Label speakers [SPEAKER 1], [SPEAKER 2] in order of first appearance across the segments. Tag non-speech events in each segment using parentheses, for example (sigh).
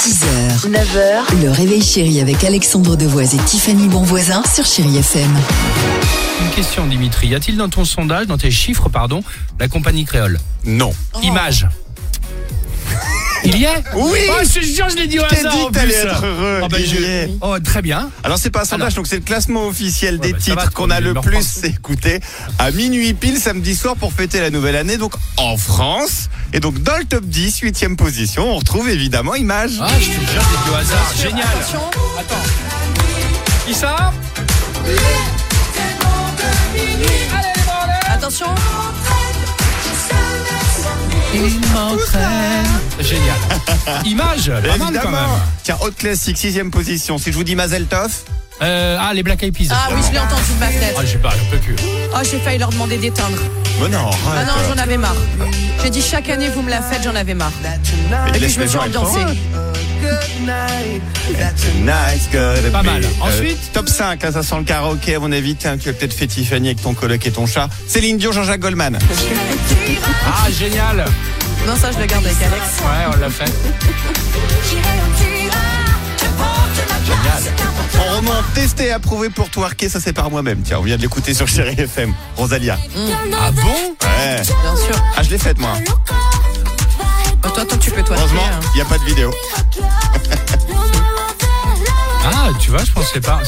[SPEAKER 1] 6h, 9h, le réveil chéri avec Alexandre Devoise et Tiffany Bonvoisin sur Chéri FM.
[SPEAKER 2] Une question, Dimitri. Y a-t-il dans ton sondage, dans tes chiffres, pardon, la compagnie créole
[SPEAKER 3] Non. (laughs)
[SPEAKER 2] Image. Il y est
[SPEAKER 3] Oh. Oui
[SPEAKER 2] Oh, je te jure, je l'ai dit au
[SPEAKER 3] T'as
[SPEAKER 2] hasard
[SPEAKER 3] dit
[SPEAKER 2] en
[SPEAKER 3] que t'allais
[SPEAKER 2] plus.
[SPEAKER 3] être heureux.
[SPEAKER 2] Oh, bah,
[SPEAKER 3] il
[SPEAKER 2] je-
[SPEAKER 3] y est.
[SPEAKER 2] oh, très bien.
[SPEAKER 3] Alors c'est pas un sondage,
[SPEAKER 2] Alors.
[SPEAKER 3] donc c'est le classement officiel
[SPEAKER 2] Ouais,
[SPEAKER 3] des
[SPEAKER 2] bah, ça va,
[SPEAKER 3] titres qu'on a
[SPEAKER 2] tu
[SPEAKER 3] le
[SPEAKER 2] leur
[SPEAKER 3] plus
[SPEAKER 2] prends.
[SPEAKER 3] écouté à minuit pile samedi soir pour fêter la nouvelle année, donc en France. Et donc dans le top 10, 8ème position, on retrouve évidemment Image.
[SPEAKER 2] Ah, je te jure, je l'ai dit au hasard. Génial. Attends. Qui ça
[SPEAKER 1] Attention,
[SPEAKER 2] Il m'entraîne.
[SPEAKER 3] (laughs)
[SPEAKER 2] Génial. Image, pas mal quand même.
[SPEAKER 3] évidemment. Tiens, haute classique, 6ème position. Si je vous dis Mazel Tov,
[SPEAKER 2] Euh, ah, les Black Eyed Peas.
[SPEAKER 4] Ah oui, je l'ai entendu de ma fenêtre.
[SPEAKER 2] Ah, je sais pas, je peux plus.
[SPEAKER 4] Oh, j'ai failli leur demander d'éteindre.
[SPEAKER 3] mais Oh non, arrête.
[SPEAKER 4] Ah non, j'en avais marre. J'ai dit chaque année, vous me la faites, j'en avais marre.
[SPEAKER 3] Mais
[SPEAKER 4] Et puis
[SPEAKER 3] laisse
[SPEAKER 4] je me
[SPEAKER 3] les
[SPEAKER 4] suis
[SPEAKER 3] gens, ils font,
[SPEAKER 4] ambiancée.
[SPEAKER 3] Nice, good
[SPEAKER 2] Pas
[SPEAKER 3] baby.
[SPEAKER 2] mal.
[SPEAKER 3] Euh,
[SPEAKER 2] Ensuite
[SPEAKER 3] top 5, là ça sent le karaoké à mon avis. Tiens, tu vas peut-être fêter Tiffany avec ton coloc et ton chat. Céline Dion, Jean-Jacques Goldman.
[SPEAKER 2] Ah, génial.
[SPEAKER 4] Non, ça, je le garde avec Alex.
[SPEAKER 2] Ouais, on l'a fait.
[SPEAKER 3] En roman testé et approuvé pour twerker, ça c'est par moi-même. Tiens, on vient de l'écouter sur Chéri FM. Rosalia.
[SPEAKER 2] Ah bon
[SPEAKER 3] Ouais.
[SPEAKER 4] Bien sûr.
[SPEAKER 3] Ah, je l'ai faite moi.
[SPEAKER 4] Oh, toi, tant que tu peux, toi.
[SPEAKER 3] Heureusement,
[SPEAKER 4] tu sais, hein.
[SPEAKER 3] il n'y a pas de vidéo.
[SPEAKER 2] Ah, tu vois, je pensais pas.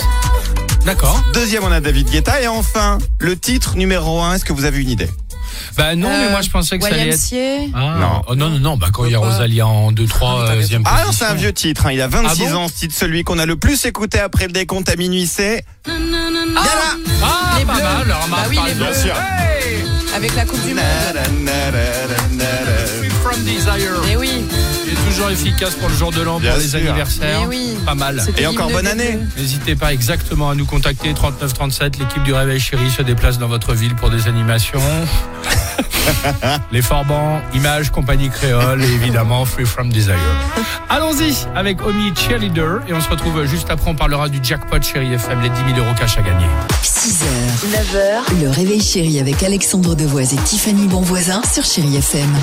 [SPEAKER 2] D'accord.
[SPEAKER 3] Deuxième, on a David Guetta. Et enfin, le titre numéro 1. Est-ce que vous avez une idée
[SPEAKER 2] Bah non, mais moi je pensais que ça
[SPEAKER 4] Euh,
[SPEAKER 2] allait être.
[SPEAKER 4] YMCA.
[SPEAKER 2] Ah,
[SPEAKER 3] Non.
[SPEAKER 2] oh, non, non, non, bah quand il y a
[SPEAKER 4] Pourquoi
[SPEAKER 2] Rosalie en 2-3ème position.
[SPEAKER 3] Ah non, c'est un vieux titre. hein. Il a 26
[SPEAKER 2] Ah bon
[SPEAKER 3] ans, ce titre, celui qu'on a le plus écouté après le décompte à minuit. C'est.
[SPEAKER 4] Ah,
[SPEAKER 2] Ah,
[SPEAKER 4] Les
[SPEAKER 2] pas
[SPEAKER 4] bleus.
[SPEAKER 2] mal, alors,
[SPEAKER 4] Bah
[SPEAKER 2] Marc,
[SPEAKER 4] oui,
[SPEAKER 2] par
[SPEAKER 4] les
[SPEAKER 2] exemple.
[SPEAKER 4] bleus.
[SPEAKER 2] Hey
[SPEAKER 4] Ah, avec la Coupe du Monde.
[SPEAKER 3] Na, na, na, na, na, na.
[SPEAKER 2] Free From Desire.
[SPEAKER 4] Eh oui,
[SPEAKER 2] Il est toujours efficace pour le jour de l'an,
[SPEAKER 3] Bien
[SPEAKER 2] pour les
[SPEAKER 3] sûr.
[SPEAKER 2] anniversaires.
[SPEAKER 4] Mais Eh oui.
[SPEAKER 2] Pas mal.
[SPEAKER 4] c'était
[SPEAKER 3] Et encore
[SPEAKER 4] l'hymne
[SPEAKER 3] bonne
[SPEAKER 4] des
[SPEAKER 3] année.
[SPEAKER 4] Bleus.
[SPEAKER 2] N'hésitez pas exactement à nous contacter 39 37. L'équipe du Réveil Chéri se déplace dans votre ville pour des
[SPEAKER 4] (laughs)
[SPEAKER 2] animations. Les Forbans, Images, Compagnie Créole et évidemment Free From Desire. Allons-y avec Omi Cheerleader et on se retrouve juste après. On parlera du jackpot Chéri FM, les 10 000 euros cash à gagner.
[SPEAKER 1] 6h, 9h, le réveil chéri avec Alexandre Devoise et Tiffany Bonvoisin sur Chéri FM.